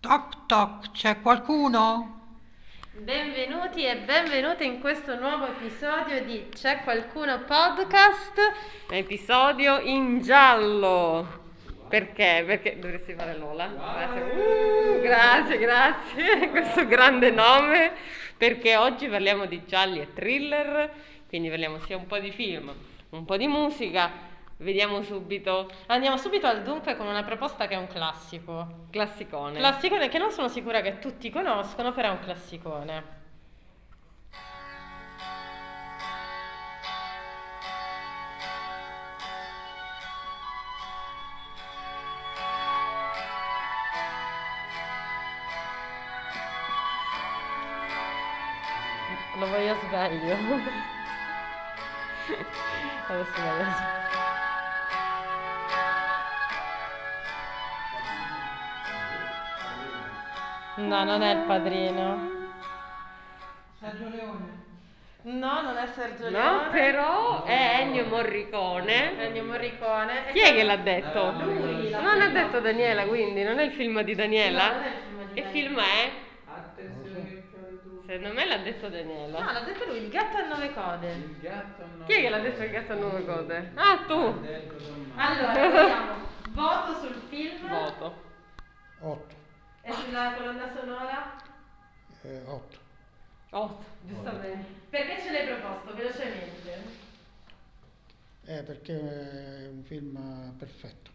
Toc toc, c'è qualcuno? Benvenuti e benvenute in questo nuovo episodio di C'è qualcuno podcast, episodio in giallo. Perché? Perché dovresti fare Lola. Grazie, Uh, grazie, grazie. questo grande nome. Perché oggi parliamo di gialli e thriller, quindi parliamo sia un po' di film, un po' di musica. Vediamo subito. Andiamo subito al dunque con una proposta che è un classico. Classicone. Classicone che non sono sicura che tutti conoscono, però è un classicone. Lo voglio sveglio. Adesso lo voglio sveglio. No, non è il padrino. Sergio Leone. No, non è Sergio Leone. No, però è Ennio Morricone. Ennio Morricone. Chi è che l'ha detto? Lui l'ha Non ha detto. detto Daniela, quindi non è il film di No, non Daniela. è il film di Che Daniela. film è? Attenzione che Secondo me l'ha detto No, Daniela. l'ha detto lui, il gatto a nove code. Il gatto no. Chi è che l'ha detto il gatto a nove code? Ah, tu. Allora, vediamo. Voto sul film Voto. 8, e sulla colonna sonora. 8. Oh, Giustamente. Perché ce l'hai proposto velocemente? Eh, perché è un film perfetto.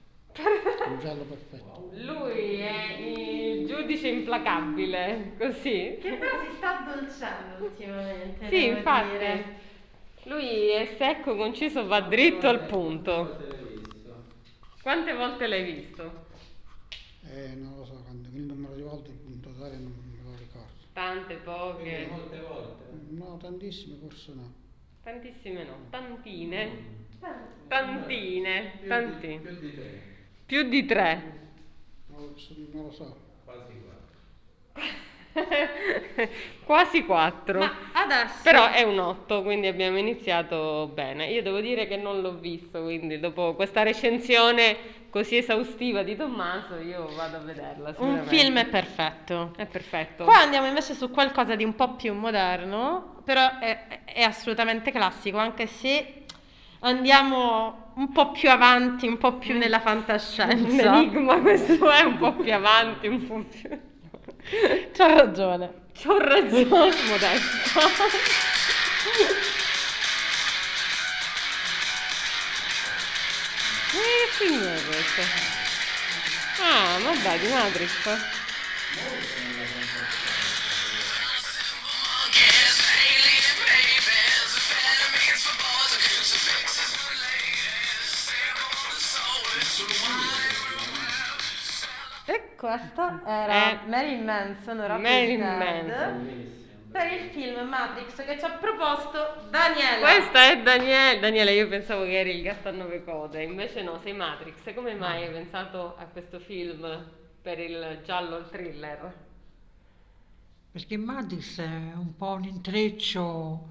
un giallo perfetto. Lui è il giudice implacabile, così. Che però si sta addolcendo ultimamente. Sì, devo infatti. dire. Lui è secco, conciso, va dritto al punto. Quante volte l'hai visto? Eh, non lo so, quando, il numero di volte in totale non me lo ricordo. Tante, poche, Molte volte. No, tantissime, forse no. tantissime no, tantine, Eh, tantine, tantine. Più di te. Più di tre. Non lo so. non lo so. Quasi quattro. Quasi quattro. Ma adesso... Però è un 8, quindi abbiamo iniziato bene. Io devo dire che non l'ho visto, quindi dopo questa recensione così esaustiva di Tommaso io vado a vederla. Un sicuramente. film è perfetto. È perfetto. Qua andiamo invece su qualcosa di un po' più moderno, però è, è assolutamente classico, anche se andiamo un po' più avanti, un po' più nella Cioè, un fantascienza. enigma questo è un po' più avanti, un po' più... C'ha ragione. C'ho ragione, modesto. Eh, che film è questo? Ah, vabbè, di Matrix. E Ecco, questa era Eh. Marilyn Manson, ora Marilyn per il film Matrix che ci ha proposto Daniela. Questa è Daniele. Daniele, io pensavo che eri il gatto a nove code, invece no, sei Matrix. Come mai hai pensato a questo film per il giallo il thriller? Perché Matrix è un po' un intreccio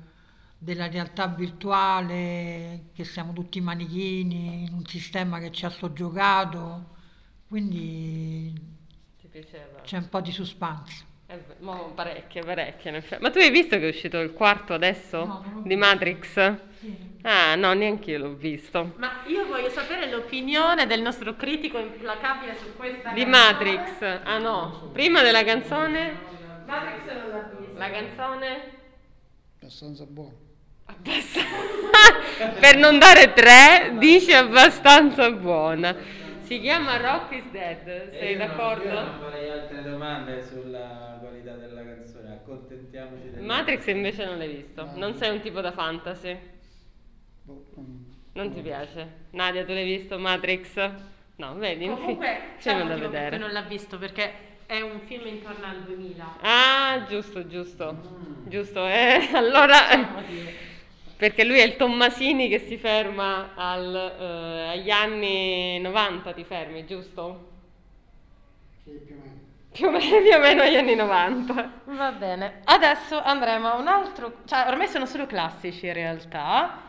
della realtà virtuale, che siamo tutti manichini in un sistema che ci ha soggiogato, quindi Ti piaceva? c'è un po' di suspense. Eh, beh, mo parecchie, parecchie. in effetti. Ma tu hai visto che è uscito il quarto No, adesso non l'ho di visto. Matrix? Sì. Ah, no, neanche io l'ho visto. Ma io voglio sapere l'opinione del nostro critico implacabile su questa Di canzone. Matrix. Ah no, prima della canzone? Matrix non l'ha vista. La canzone? Abbastanza buono. Abbastanza. per non dare tre, dice abbastanza buona. Si chiama Rock is Dead, E sei Eh, io non- Io non d'accordo? farei altre domande sulla qualità della canzone, accontentiamoci del Matrix invece non l'hai visto, non sei un tipo da fantasy. Boh, non- Non ti piace. Nadia, tu l'hai visto Matrix? No, vedi, infi- Comunque c'è c'è un nulla da motivo per vedere. cui non l'ha visto perché è un film intorno al 2000. Ah, giusto, giusto. Giusto, eh, allora perché lui è il Tommasini che si ferma al, eh, agli anni 90, ti fermi, giusto? Sì, più o meno. Più o, meno, più o meno agli anni 90. Va bene, adesso andremo a un altro, cioè ormai sono solo classici in realtà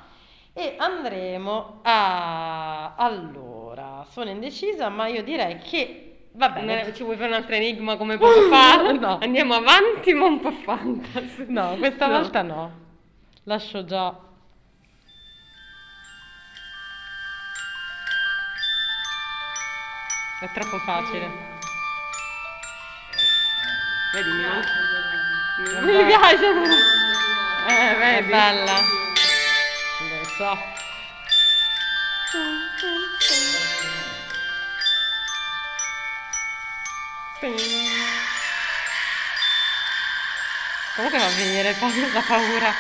e andremo a... Allora, sono indecisa ma io direi che Va Ne- bene. Ci vuoi fare un altro enigma come poco fa? Andiamo avanti, ma un po' fantasy. No, questa volta no. Lascio già. È troppo facile. Vedi, mi manca- Mi piace però. Eh, vedi. È bella. Lo so. Comunque fa venire pa- la paura.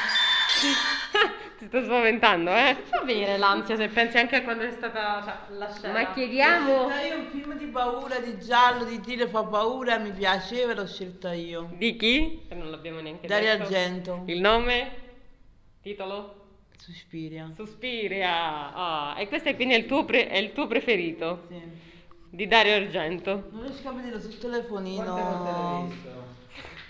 Ti sto spaventando, eh? Fa venire l'ansia se pensi anche a quando è stata cioè, la scena. Ma chiediamo Io un film di paura, di giallo, di tiro fa paura, mi piaceva, l'ho scelta io. di chi? Che non l'abbiamo neanche Dario detto. Argento, Il nome? Titolo? Suspiria. Suspiria. Ah, e questo è quindi il tuo, pre- è il tuo preferito Sì. di Dario Argento. Non riesco a vederlo sul Quante volte l'hai telefonino. visto?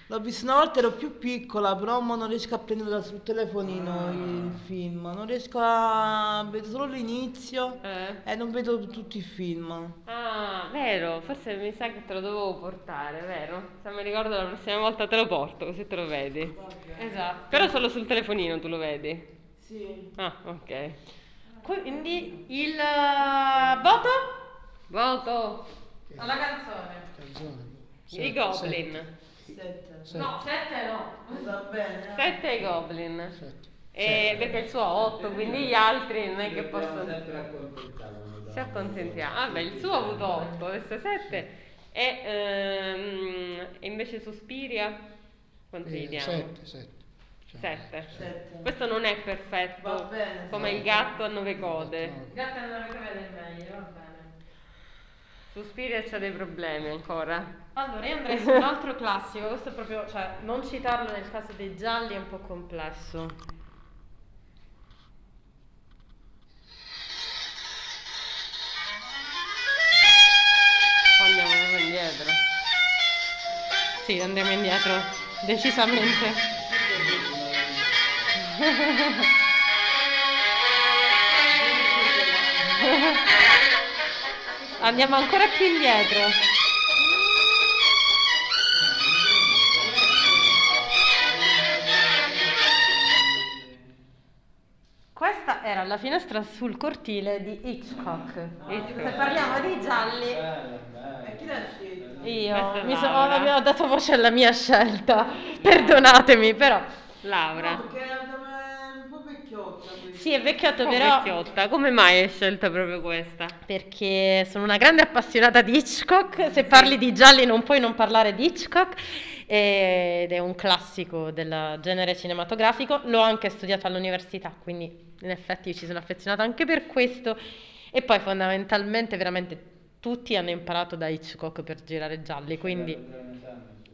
L'ho visto una volta, ero più piccola, però mo non riesco a prenderla sul telefonino il film. Non riesco a... vedo solo l'inizio Eh? e non vedo tutti i film. Ah, vero, forse mi sa che te lo dovevo portare, vero? Se mi ricordo la prossima volta te lo porto, così te lo vedi. Esatto. Però solo sul telefonino tu lo vedi. Sì. Eh, Ah, ok. Quindi il eh, voto Voto alla Eh, canzone. Canzone. i Goblin. Sette. No, 7 no. Va bene. Sette i Goblin. Sette. E Eh, perché il suo ha otto, quindi gli altri non è che Dobbiamo possono... sempre accontentarci. Ci accontentiamo. Vabbè, il suo ha avuto 8, adesso 7. E ehm, e invece Suspiria? Quanti gli Eh, diamo? Sette, sette. Cioè, 7. Sette. Questo non è Va perfetto, bene. come il gatto a nove code. no. Gatta non avete mai del meglio, va bene. Suspiria c'ha dei problemi ancora. Allora, io andrei su un altro classico, questo è proprio, cioè, non citarlo nel caso dei gialli è un po' complesso. Poi Andiamo proprio indietro. Sì, andiamo indietro, decisamente. Andiamo ancora più indietro. Questa era la finestra sul cortile di Hitchcock. Se parliamo di gialli, Bello, bello. E chi l'ha scelto? io Questa è mi sono- Laura. vabbè, ho dato voce alla mia scelta, perdonatemi però. No, Laura. perché era un po' vecchiotta. quindi. Sì, è vecchiotto Un po' però vecchiotta, come mai hai scelto proprio questa? perché sono una grande appassionata di Hitchcock, se parli di gialli non puoi non parlare di Hitchcock eh, ed è un classico del genere cinematografico, l'ho anche studiato all'università, quindi in effetti ci sono affezionata anche per questo e poi fondamentalmente veramente tutti hanno imparato da Hitchcock per girare gialli, quindi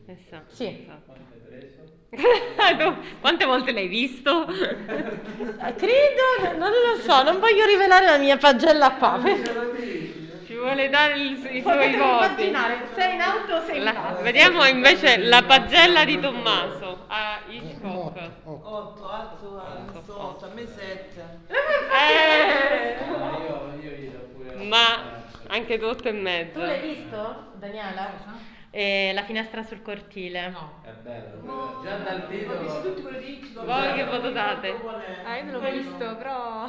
Esatto. Sì. Quanto hai preso? Tu, quante volte l'hai visto? Eh, credo, non lo so, non voglio rivelare la mia pagella qua. Ci vuole dare il- i suoi Potete voti. immaginare, sei in alto o sei in La- basso. vediamo invece la pagella di Tommaso a Hitchcock. Otto, Eh, otto. 8, alzo, alzo, 8, a me 7. Eh, Ma io, io gli do pure la ma terza. anche tu otto e mezzo. Tu l'hai visto, Daniela? Eh, la finestra sul cortile. No. È bello, bello. già dal titolo. tutti quelli di Voi che voto date? Ah, io non l'ho visto, però.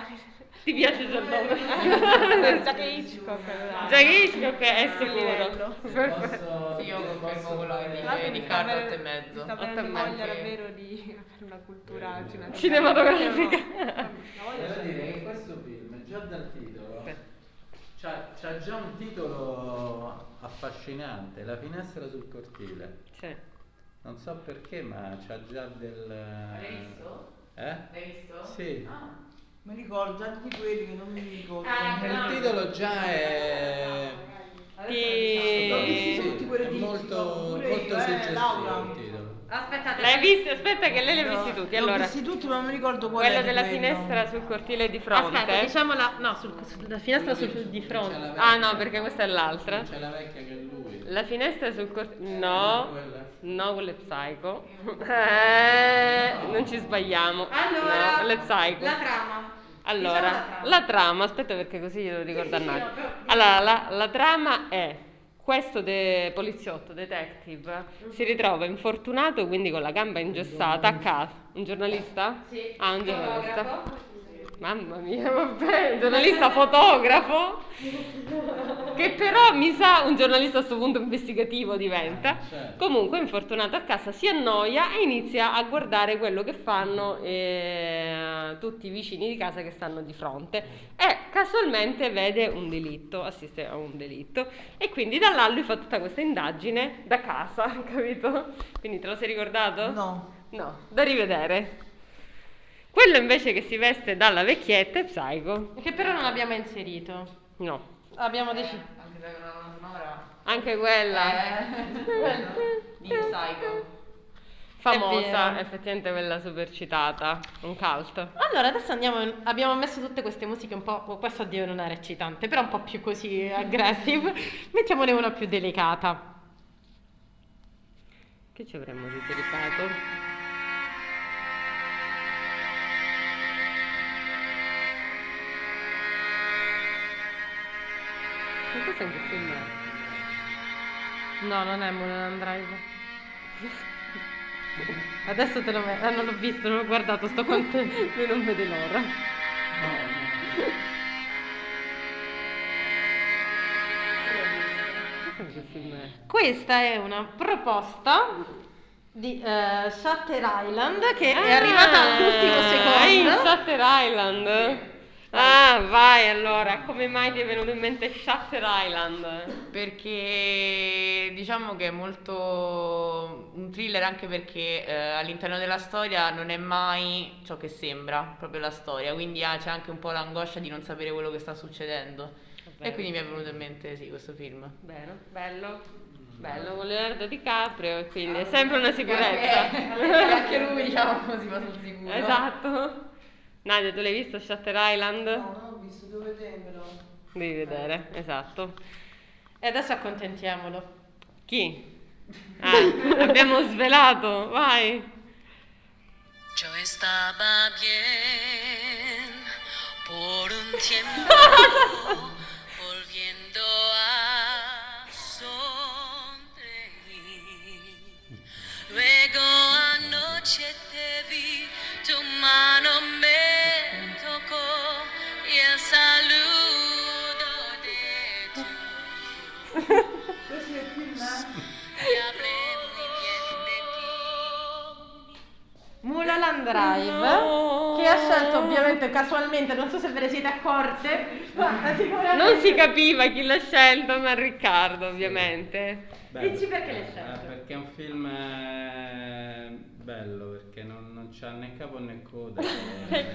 Ti piace già il nome? Già che Hitchcock. allora. Già Hitchcock è Quel sicuro. livello. Posso, Sì, io se confermo posso quello che fare- Tra l'altro dice mi Riccardo, sta- 8 e mezzo. Mi sta Otto e venendo mezzo. voglia davvero di avere una cultura Cinematografica. Devo dire che questo film, già dal titolo, c'ha, c'ha già un titolo affascinante, La finestra sul cortile. Sì. Non so perché, ma c'ha già del... L'hai visto? Eh? L'hai visto? Sì. Mi ricordo anche di quelli che non mi ricordo. Il titolo già è... L'ho visti Ti... tutti quelli è di molto, molto pure io, eh, suggestivo Laura. il titolo. Aspettate, L'hai visto? Aspetta che lei li ha visti tutti. L'ho Allora, visti tutti, ma non mi ricordo qual quello era della quello. finestra sul cortile di fronte. Aspetta, diciamola. No, sul, sulla finestra sul, di C'è la fronte. vecchia. Ah no, perché questa è l'altra. C'è la vecchia che è lui. La finestra sul cortile... Eh, No. quella. No, quello è psycho. Eh, non ci sbagliamo. Allora, no, quello è psycho. La trama. allora, diciamo la trama. la trama, aspetta perché così glielo ricordo a sì, noi. no, però- allora, la, la trama è questo de- poliziotto, detective, si ritrova infortunato, quindi con la gamba ingessata a casa. Un giornalista? Sì. Ah, un giornalista. Mamma mia, vabbè, un giornalista fotografo, che però mi sa un giornalista a questo punto investigativo diventa. Certo. Comunque, infortunato a casa, si annoia e inizia a guardare quello che fanno eh, tutti i vicini di casa che stanno di fronte. E casualmente vede un delitto, assiste a un delitto. E quindi da là lui fa tutta questa indagine da casa, capito? Quindi te lo sei ricordato? No. No, da rivedere. Quello invece che si veste dalla vecchietta è Psycho. Che però non abbiamo inserito. No, Abbiamo deciso. anche quella. di Psycho. È Famosa, vero. effettivamente quella super citata, un cult. Allora, adesso andiamo. in- abbiamo messo tutte queste musiche un po'. oh, Questo addio non era eccitante, però un po' più così aggressive. Mettiamone una più delicata. Che ci avremmo di delicato? Ma questo è in che film è? No, non è Mulholland Drive. Adesso te lo metto. non l'ho visto, non l'ho guardato, sto con te. Lui non vede l'ora. Ah, Questo è in che film è? Questa è una proposta di eh, Shutter Island che è Ah, arrivata all'ultimo eh, È in secondo. Shutter Island. Ah, vai allora, come mai ti è venuto in mente Shutter Island? Perché diciamo che è molto un thriller anche perché eh, all'interno della storia non è mai ciò che sembra, proprio la storia, quindi ah, c'è anche un po' l'angoscia di non sapere quello che sta succedendo. E quindi mi è venuto in mente sì, questo film. Bene, bello, bello con Leonardo DiCaprio e quindi è sempre una sicurezza. anche lui diciamo si va sul sicuro. esatto. Nadia, tu l'hai visto Shutter Island? No, non ho visto, Eh. devo vedermelo. Devi vedere, esatto. E adesso accontentiamolo. Chi? Ah, abbiamo svelato, vai. Yo estaba bien por un tiempo, volviendo a sonreír. Luego anoche te vi, tu mano me tocó y el saludo de tu eh? y hablé muy bien de ti. Mulholland Drive No. che ha scelto ovviamente casualmente, non so se ve ne siete accorte, ma sicuramente Non si capiva chi l'ha scelto, ma Riccardo ovviamente. Dici perché l'hai scelto? Eh, perché è un film eh, bello, perché non, non c'ha né capo né coda. E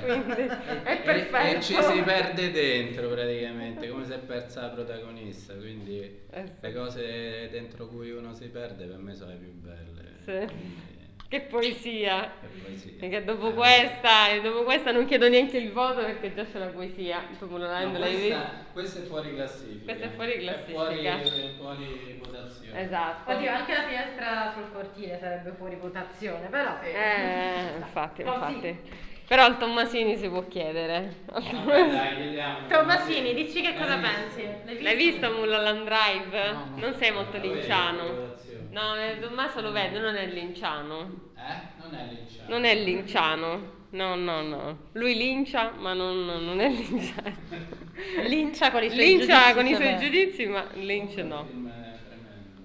quindi è E- perfetto. E ci si perde dentro praticamente, come se è persa la protagonista, quindi Eh, le cose dentro cui uno si perde per me sono le più belle. Sì. Quindi, Che poesia. e poi sì. Ah, Perché dopo questa, e dopo questa non chiedo neanche il voto perché già c'è la poesia. Tu Mulholland No, l'hai questa, vista? questa è fuori classifica. Questa è fuori classifica. È fuori, fuori votazione. Esatto. Oddio, anche la finestra sul cortile sarebbe fuori votazione, però Oh, Eh, infatti, Così. infatti. Però al Tommasini si può chiedere. Vabbè, dai, chiediamo. Tommasini, dici che cosa Dai. pensi? L'hai visto Mulholland Drive? No, no. Non sei molto Vabbè, fuori linciano. votazione. No, eh, Tommaso lo vede, non è linciano. Eh? Non è linciano. Non è linciano. No, no, no. Lui lincia, ma non, non è linciano. Lincia con i suoi Lincia giudizi, con i suoi vabbè. giudizi, ma lince no. Il film è tremendo.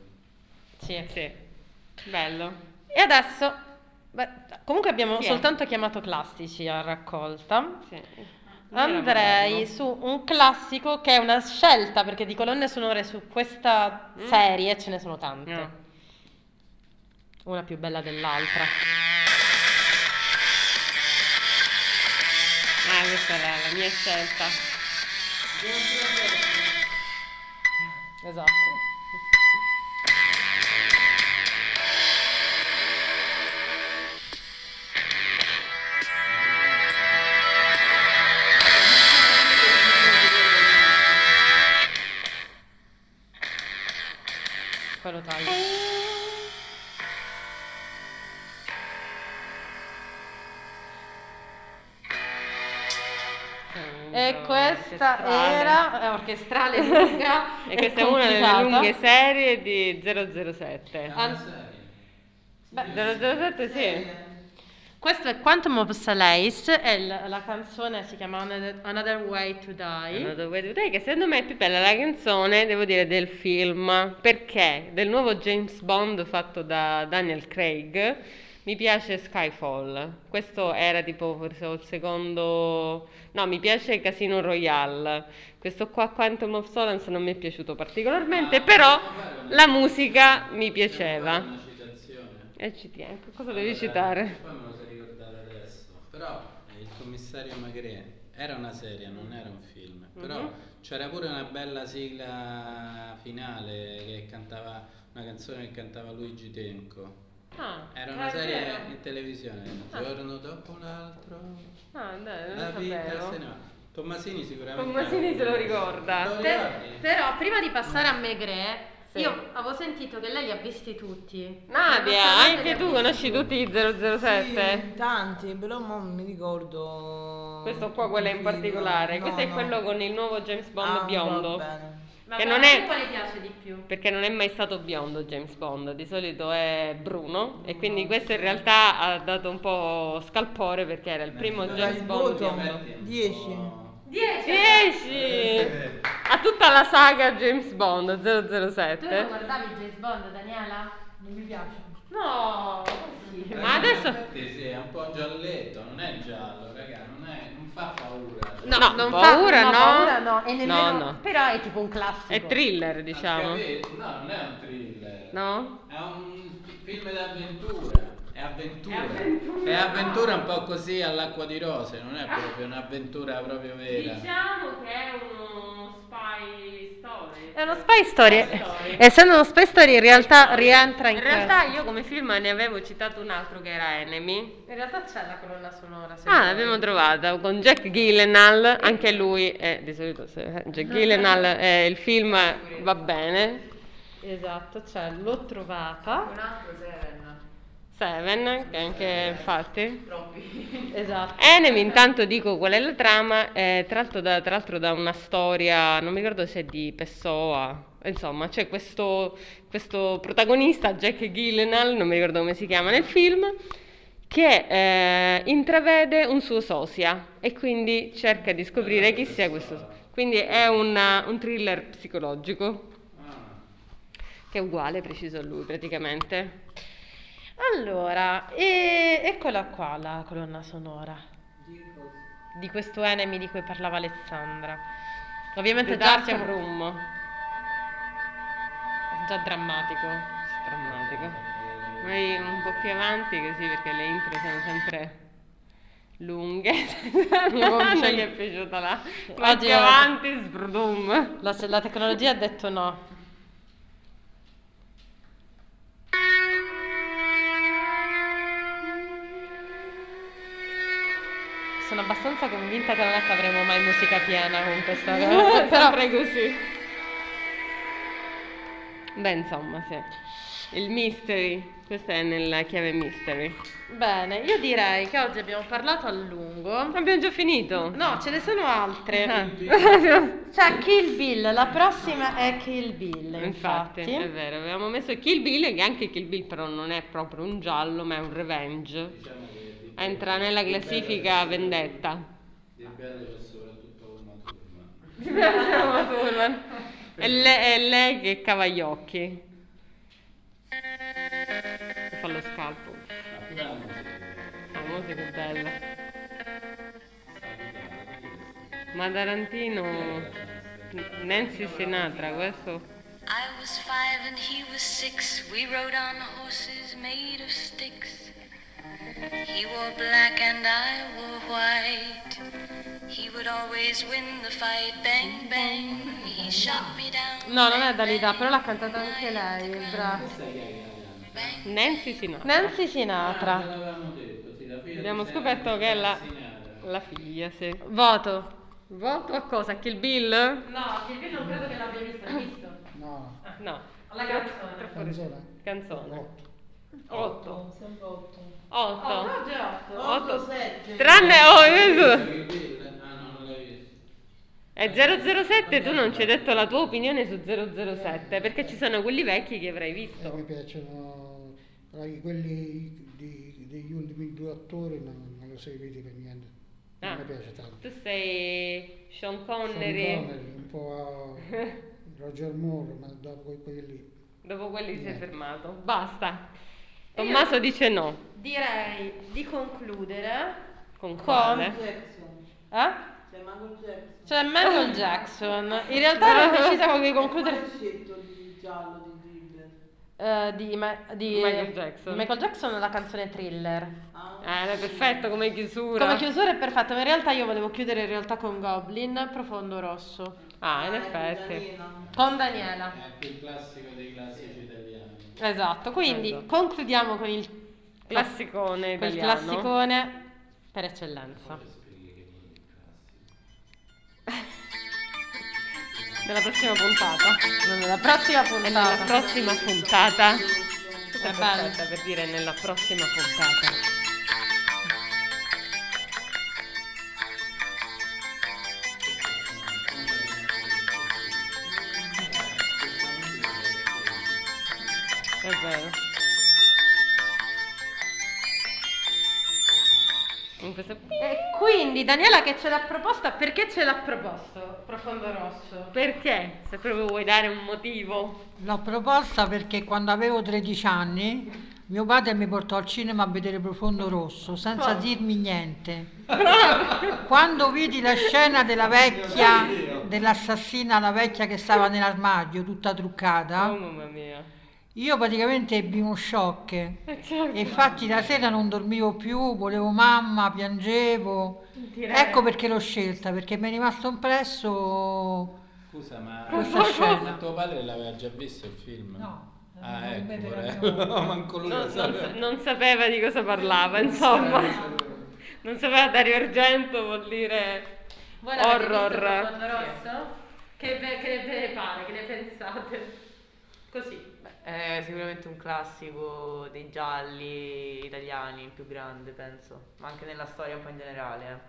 Sì. Sì. Bello. E adesso beh, comunque abbiamo Sì. soltanto chiamato classici a raccolta. Sì. Andrei su un classico che è una scelta perché di colonne sonore su questa Mm. serie ce ne sono tante. No. Una più bella dell'altra. Ah, questa è la, la mia scelta. Esatto. Quello taglio. Eh, E questa orchestrale. era eh, orchestrale lunga E questa è una delle complicata. lunghe serie di 007. Al- Beh, 007 sì. Questo è Quantum of Solace, è l- la canzone si chiama Another Another Way to Die. Another Way to Die, che secondo me è più bella la canzone, devo dire, del film. Perché? Del nuovo James Bond fatto da Daniel Craig. Mi piace Skyfall. Questo era tipo forse il secondo. No, mi piace Casino Royale. Questo qua, Quantum of Solace, non mi è piaciuto Ah. particolarmente, però la musica mi piaceva. Ah, Una citazione. E ci tieni, cosa devi Allora, citare? Poi me lo sei ricordato adesso. Però eh, il commissario Magritte era una serie, non era un film. Però Mhm. c'era pure una bella sigla finale che cantava una canzone che cantava Luigi Tenco. Ah, Era una serie in televisione, un giorno dopo un altro. Ah, dai, Ah. non La lo vita sapevo. se ne va. Tommasini sicuramente. Tommasini se lo ricorda. Lo Per- ricordi? però prima di passare a Megre, Mm. Sì. io avevo sentito che lei li ha visti tutti. Nonostante Nadia, li anche ha tu visti. conosci tutti i 007? Sì, tanti, però mo non mi ricordo. Questo qua, quello in Sì, particolare. no, Questo è no. quello con il nuovo James Bond Ah, biondo. va bene. Vabbè, non a è- te quale piace di più? Perché non è mai stato biondo James Bond, di solito è bruno e quindi questo in realtà ha dato un po' scalpore perché era il primo Eh, Dai, James il Bond voto. biondo. Dieci. 10. 10! Eh, A tutta la saga James Bond Tu non 007. guardavi James Bond, Daniela? Non mi piace. No, così. Eh, Ma adesso- in effetti Sì, è un po' gialletto, non è giallo, raga, non, è, non fa paura. No, non Paura, paura, no. paura no. E nemmeno, No, no. Però è tipo un classico. È thriller, diciamo. Capito? No, non è un thriller. No? È un film d'avventura. È avventura. È avventura. un po' così all'acqua di rose, non è proprio un'avventura proprio vera. Diciamo che è uno spy story. È uno spy story. Essendo uno spy story in realtà rientra in, In realtà io come film ne avevo citato un altro che era Enemy. in realtà c'è la colonna sonora. se Ah, vuoi. l'abbiamo trovata con Jack Gyllenhaal, anche lui è di solito se- Jack Gyllenhaal è il film va bene. Esatto, c'è, cioè, l'ho trovata. Un altro Seven. Seven, che anche infatti. Troppi. Esatto. Enemy intanto dico qual è la trama, è tratto da, tra l'altro da una storia, non mi ricordo se è di Pessoa, insomma c'è questo, questo protagonista, Jack Gyllenhaal, non mi ricordo come si chiama nel film, che eh, intravede un suo sosia e quindi cerca di scoprire chi sia questo sosia. Quindi è una- un thriller psicologico Ah, che è uguale, preciso a lui praticamente. Allora, e- eccola qua la colonna sonora di questo enemy di cui parlava Alessandra. Ovviamente The già Dark siamo- Room. è già drammatico. Drammatico. Vai un po' più avanti così perché le intro sono sempre lunghe. non voglio- gli è piaciuta la. Vai Oddio. più avanti, sbrodum. La, la tecnologia ha detto no. Sono abbastanza convinta che non è che avremo mai musica piena con questa cosa. però sempre così. Beh, insomma, sì. Il mystery. Questa è nella chiave mystery. Bene, io direi che oggi abbiamo parlato a lungo. Abbiamo già finito. No, ce ne sono Ah. altre. C'è Kill Bill, la prossima è Kill Bill, Infatti, infatti. è vero, avevamo messo Kill Bill, che anche Kill Bill però non è proprio un giallo, ma è un revenge. diciamo Entra nella classifica vendetta. Di bello c'è soprattutto una turma. Uma Thurman. È le- è lei, che cava gli occhi. Fa lo scalpo. La musica è bella. Ma Tarantino... Nancy Sinatra, questo... I was five and he was six. We rode on horses made of sticks. He wore black and I wore white. He would always win the fight. Bang, bang. He shot me down. No, non è Dalida, però l'ha cantata anche lei, brava. Nancy Sinatra. Nancy Sinatra. Ah, L'avevamo detto, sì, la fine Abbiamo di scoperto Sera che è la, Sinatra. la figlia, sì. Voto. Voto a cosa? Kill Bill? No, Kill Bill non credo che l'abbia visto, l'hai visto? No, No, La canzone. canzone. canzone. Otto. 8. Sempre otto. 8. già. Otto. sette. Tranne... Oh, L'hai io so- visto Kill Bill? Ah, no, non l'hai visto. È 007, tu non ci hai detto la tua opinione su 007, perché ci sono quelli vecchi che avrai Eh, mi visto. piacciono tra i- quelli di- degli ultimi due attori non, non lo si vede per niente non Ah. mi piace tanto Tu sei Sean Sean Connery, Connery, un po' Roger Moore ma dopo quelli dopo quelli si è Eh. fermato. Basta. Tommaso dice no. Direi di concludere Con con... quale? Eh? C'è Michael Cioè, Jackson. C'è Michael Jackson. In realtà ero indecisa con cui concludere. Hai scelto di giallo, di dribble. Eh, di, Ma- di- Michael Jackson. Michael Jackson la canzone thriller. Ah? Eh, è perfetto come chiusura. Come chiusura è perfetto, ma in realtà io volevo chiudere in realtà con Goblin, profondo rosso. Ah, in effetti. Con Daniela. È più il classico dei classici italiani. Esatto, quindi Esatto. concludiamo con il Classicone quel italiano. classicone per eccellenza. Nella prossima puntata. Nella prossima Nella puntata. prossima puntata. Questa è Va bene. perfetta per dire nella prossima puntata. È vero. In questa... E quindi Daniela che ce l'ha proposta, perché ce l'ha proposto? Profondo rosso. Perché? Se proprio vuoi dare un motivo. L'ho proposta perché quando avevo 13 anni mio padre mi portò al cinema a vedere Profondo Rosso senza Ah. dirmi niente. Quando vidi la scena della vecchia, dell'assassina, la vecchia che stava nell'armadio tutta Oh Ah. truccata, mamma mia. io praticamente ebbi uno shock. Eh, certo. E infatti la sera non dormivo più, volevo mamma, piangevo. Direi. Ecco perché l'ho scelta, perché mi è rimasto impresso... Scusa, ma Questa scena. ma tuo padre l'aveva già visto il film? No, Ah, non me ecco, ne vorrei- ricordo. no, manco lui non, lo non sa- sapeva. non sapeva di cosa parlava, insomma. Non sapeva Dario Argento vuol dire Voi l'avete Horror. visto Profondo rosso? Che, ve- che ne pare, che ne pensate? Così. È sicuramente un classico dei gialli italiani, il più grande, penso. Ma anche nella storia un po' in generale. eh.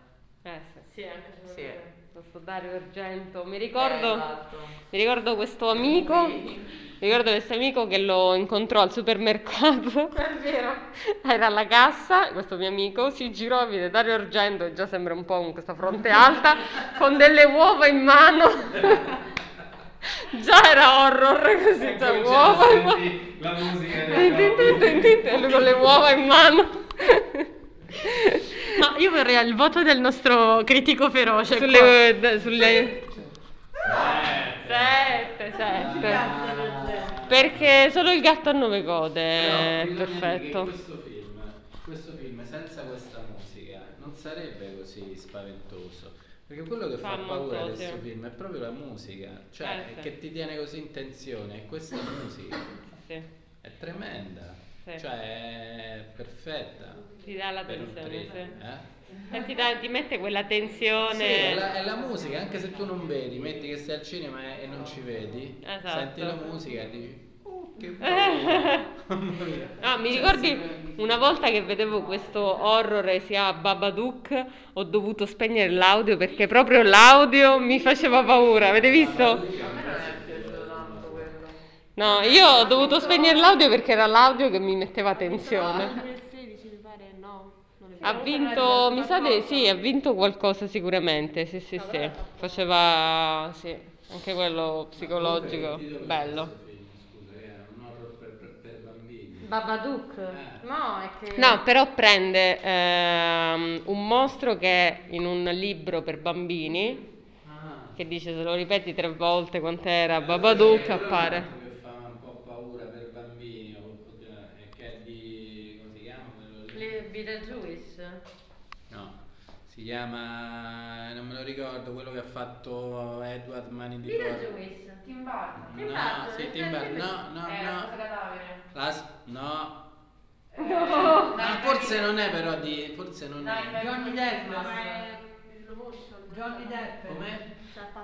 Eh, sì. Sì, anche secondo Sì. me. Questo Dario Argento, mi Eh, ricordo, esatto. mi ricordo questo amico, mi ricordo questo amico che lo incontrò al supermercato, È vero. era alla cassa, questo mio amico si girò, vide Dario Argento, che già sembra un po' con questa fronte alta, con delle uova in mano, già era horror così, già uova in mano. La musica Tin, tin, tin, tin, tin, e lui con le uova in mano Ma io vorrei il voto del nostro critico Cioè, feroce. qua. sulle, d- sulle sette, sette perché solo il gatto a nove code è perfetto Questo film, questo film senza questa musica non sarebbe così spaventoso. Perché quello che fa Fa paura di molto, questo sì. film è proprio la musica, cioè Eh, sì. che ti tiene così in tensione, è questa musica sì, è tremenda, Sì. cioè è perfetta. ti dà la per un tensione thriller, sì. eh? E ti, dà- ti mette quella Sì, è tensione la, è la musica, anche se tu non vedi, metti che sei al cinema e, e non ci vedi, Esatto. senti la musica e dici, "Oh, che bello. Ah, mi ricordi una volta che vedevo questo horror sia Babadook, ho dovuto spegnere l'audio perché proprio l'audio mi faceva paura, avete visto? No, io ho dovuto spegnere l'audio perché era l'audio che mi metteva tensione. 2016 mi pare no. Non è Ha vero. vinto, mi sa di sì, ha vinto qualcosa sicuramente, sì sì sì, faceva sì, anche quello psicologico, Ecco, bello. Scusa, eh, era un horror per, per- per bambini. Babadook. No, è che. No, però prende ehm, un mostro che è in un libro per bambini, Ah, che dice se lo ripeti tre volte quant'era, Babadook appare. Che fa eh, un po' paura per bambini, o- o- e che è di... come si chiama quello lì? Beetlejuice. No, si chiama... non me lo ricordo, quello che ha fatto Edward Mani di Forza. Tim Burton. Tim No, Burton, sì, Tim Burton, no, no, eh, no. cosa La s- no. Eh, No. forse non è però di... forse non è... Johnny Depp. Johnny Depp. Com'è?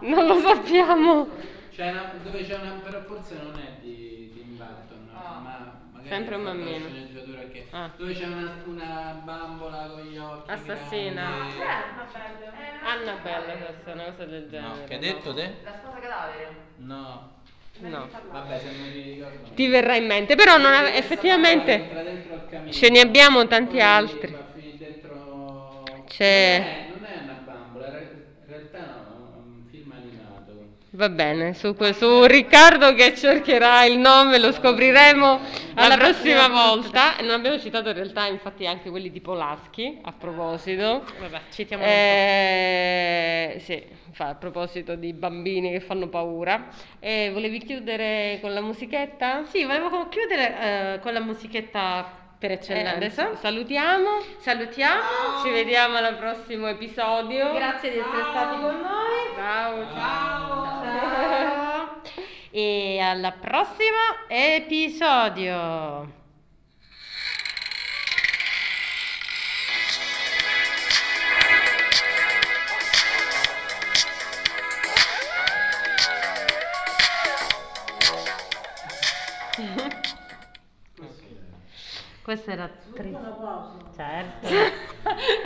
Non lo sappiamo. C'è una, dove c'è una, però forse non è di Tim Burton, Ah. ma magari Sempre un è stata una mammino. sceneggiatura che- Ah. Dove c'è una, una bambola con gli occhi Assassina. grandi. Annabelle, questa, una cosa del genere. No, che hai detto te? La sposa cadavere. No. No. Vabbè, se non mi ricordo. Ti verrà in mente, però non ave- Questa bambola che entra effettivamente dentro al camino. ce ne abbiamo tanti Poi altri. va a finire dentro- C'è- Non, è, non è una bambola, era- in realtà no, è un film animato. Va bene, su, que- su Riccardo che cercherà il nome lo scopriremo alla prossima volta. E Non abbiamo citato in realtà infatti anche quelli di Polaschi, a proposito. Vabbè, citiamo Eh, sì, fa- a proposito di bambini che fanno paura. Eh, volevi chiudere con la musichetta? Sì, volevo co- chiudere eh, con la musichetta per Eh, eccellenza. adesso salutiamo, Salutiamo. ci vediamo al prossimo episodio. Grazie di essere stati con noi. Ciao, ciao. Ciao. E al prossimo episodio. Questo era triste. Certo.